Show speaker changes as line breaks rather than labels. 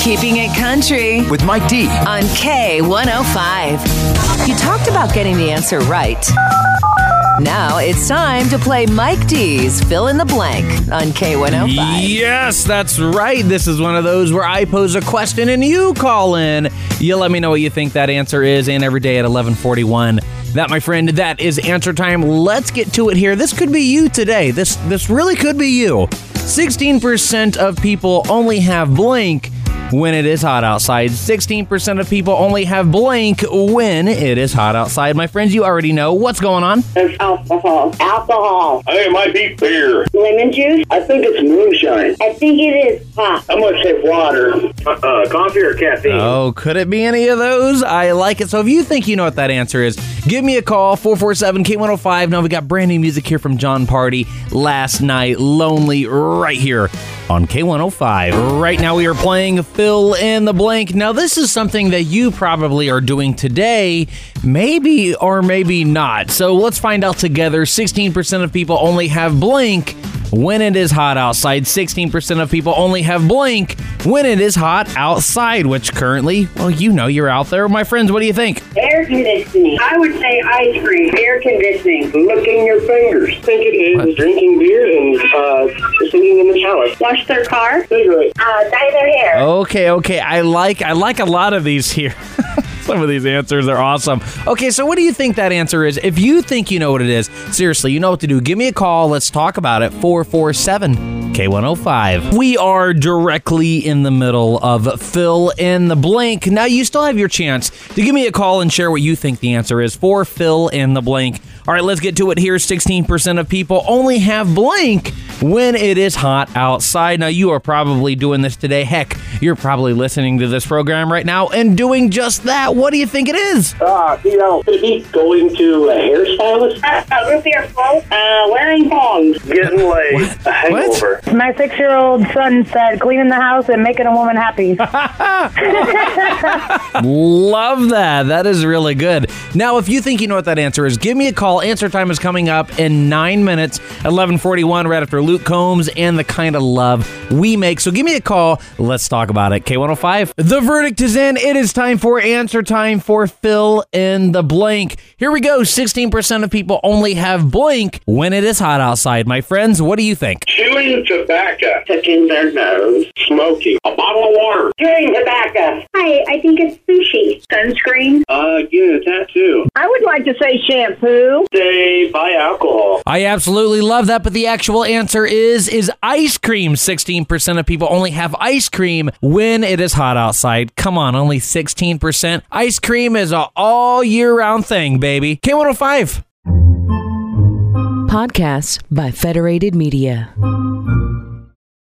Keeping It Country
with Mike D.
on K105. You talked about getting the answer right. Now it's time to play Mike D's Fill in the Blank on K105.
Yes, that's right. This is one of those where I pose a question and you call in. You let me know what you think that answer is, and every day at 11:41. That, my friend, that is answer time. Let's get to it here. This could be you today. This this really could be you. 16% of people only have blank when it is hot outside. 16% of people only have blank when it is hot outside. My friends, you already know what's going on.
There's alcohol. Alcohol.
I think it might be beer.
Lemon juice.
I think it's moonshine.
I think it is pop.
I'm gonna say water.
Uh-uh, coffee or caffeine?
Oh, could it be any of those? I like it. So if you think you know what that answer is, give me a call, 447-K105. Now we got brand new music here from John Party, Last Night, Lonely, right here on K105. Right now we are playing Fill in the Blank. Now this is something that you probably are doing today, maybe or maybe not. So let's find out together. 16% of people only have blank when it is hot outside. 16% of people only have blank when it is hot outside, which currently, well, you know, you're out there. My friends, what do you think?
Air conditioning. I would say ice cream. Air conditioning.
Licking your fingers. I think it is drinking beer and uh, sitting in the shower.
Wash their car.
Cigarette.
Uh, dye their hair.
Okay, okay. I like I like a lot of these here. Some of these answers are awesome. Okay, so what do you think that answer is? If you think you know what it is, seriously, you know what to do. Give me a call. Let's talk about it. 447 K105. We are directly in the middle of fill in the blank. Now, you still have your chance to give me a call and share what you think the answer is for fill in the blank. All right, let's get to it here. 16% of people only have blank when it is hot outside. Now, you are probably doing this today. Heck, you're probably listening to this program right now and doing just that. What do you think it is?
Ah, you know, could it be going to a hairstylist?
Uh, uh, root beer float. Uh, wearing thongs.
Getting laid. A hangover.
My six year old son said, cleaning the house and making a woman happy.
Love that. That is really good. Now, if you think you know what that answer is, give me a call. Answer time is coming up in nine minutes, 1141, right after Luke Combs and the kind of love we make. So give me a call. Let's talk about it. K105. The verdict is in. It is time for answer time for fill in the blank. Here we go. 16% of people only have blank when it is hot outside. My friends, what do you think?
Chewing tobacco.
Touching their nose.
Smoking. A bottle of water.
Chewing tobacco.
Hi, I think it's sushi.
Sunscreen.
Uh, get a tattoo.
I would like to say shampoo.
They buy alcohol.
I absolutely love that, but the actual answer is is ice cream. 16% of people only have ice cream when it is hot outside. Come on, only 16%. Ice cream is a all year round thing, baby. K105.
Podcasts by Federated Media.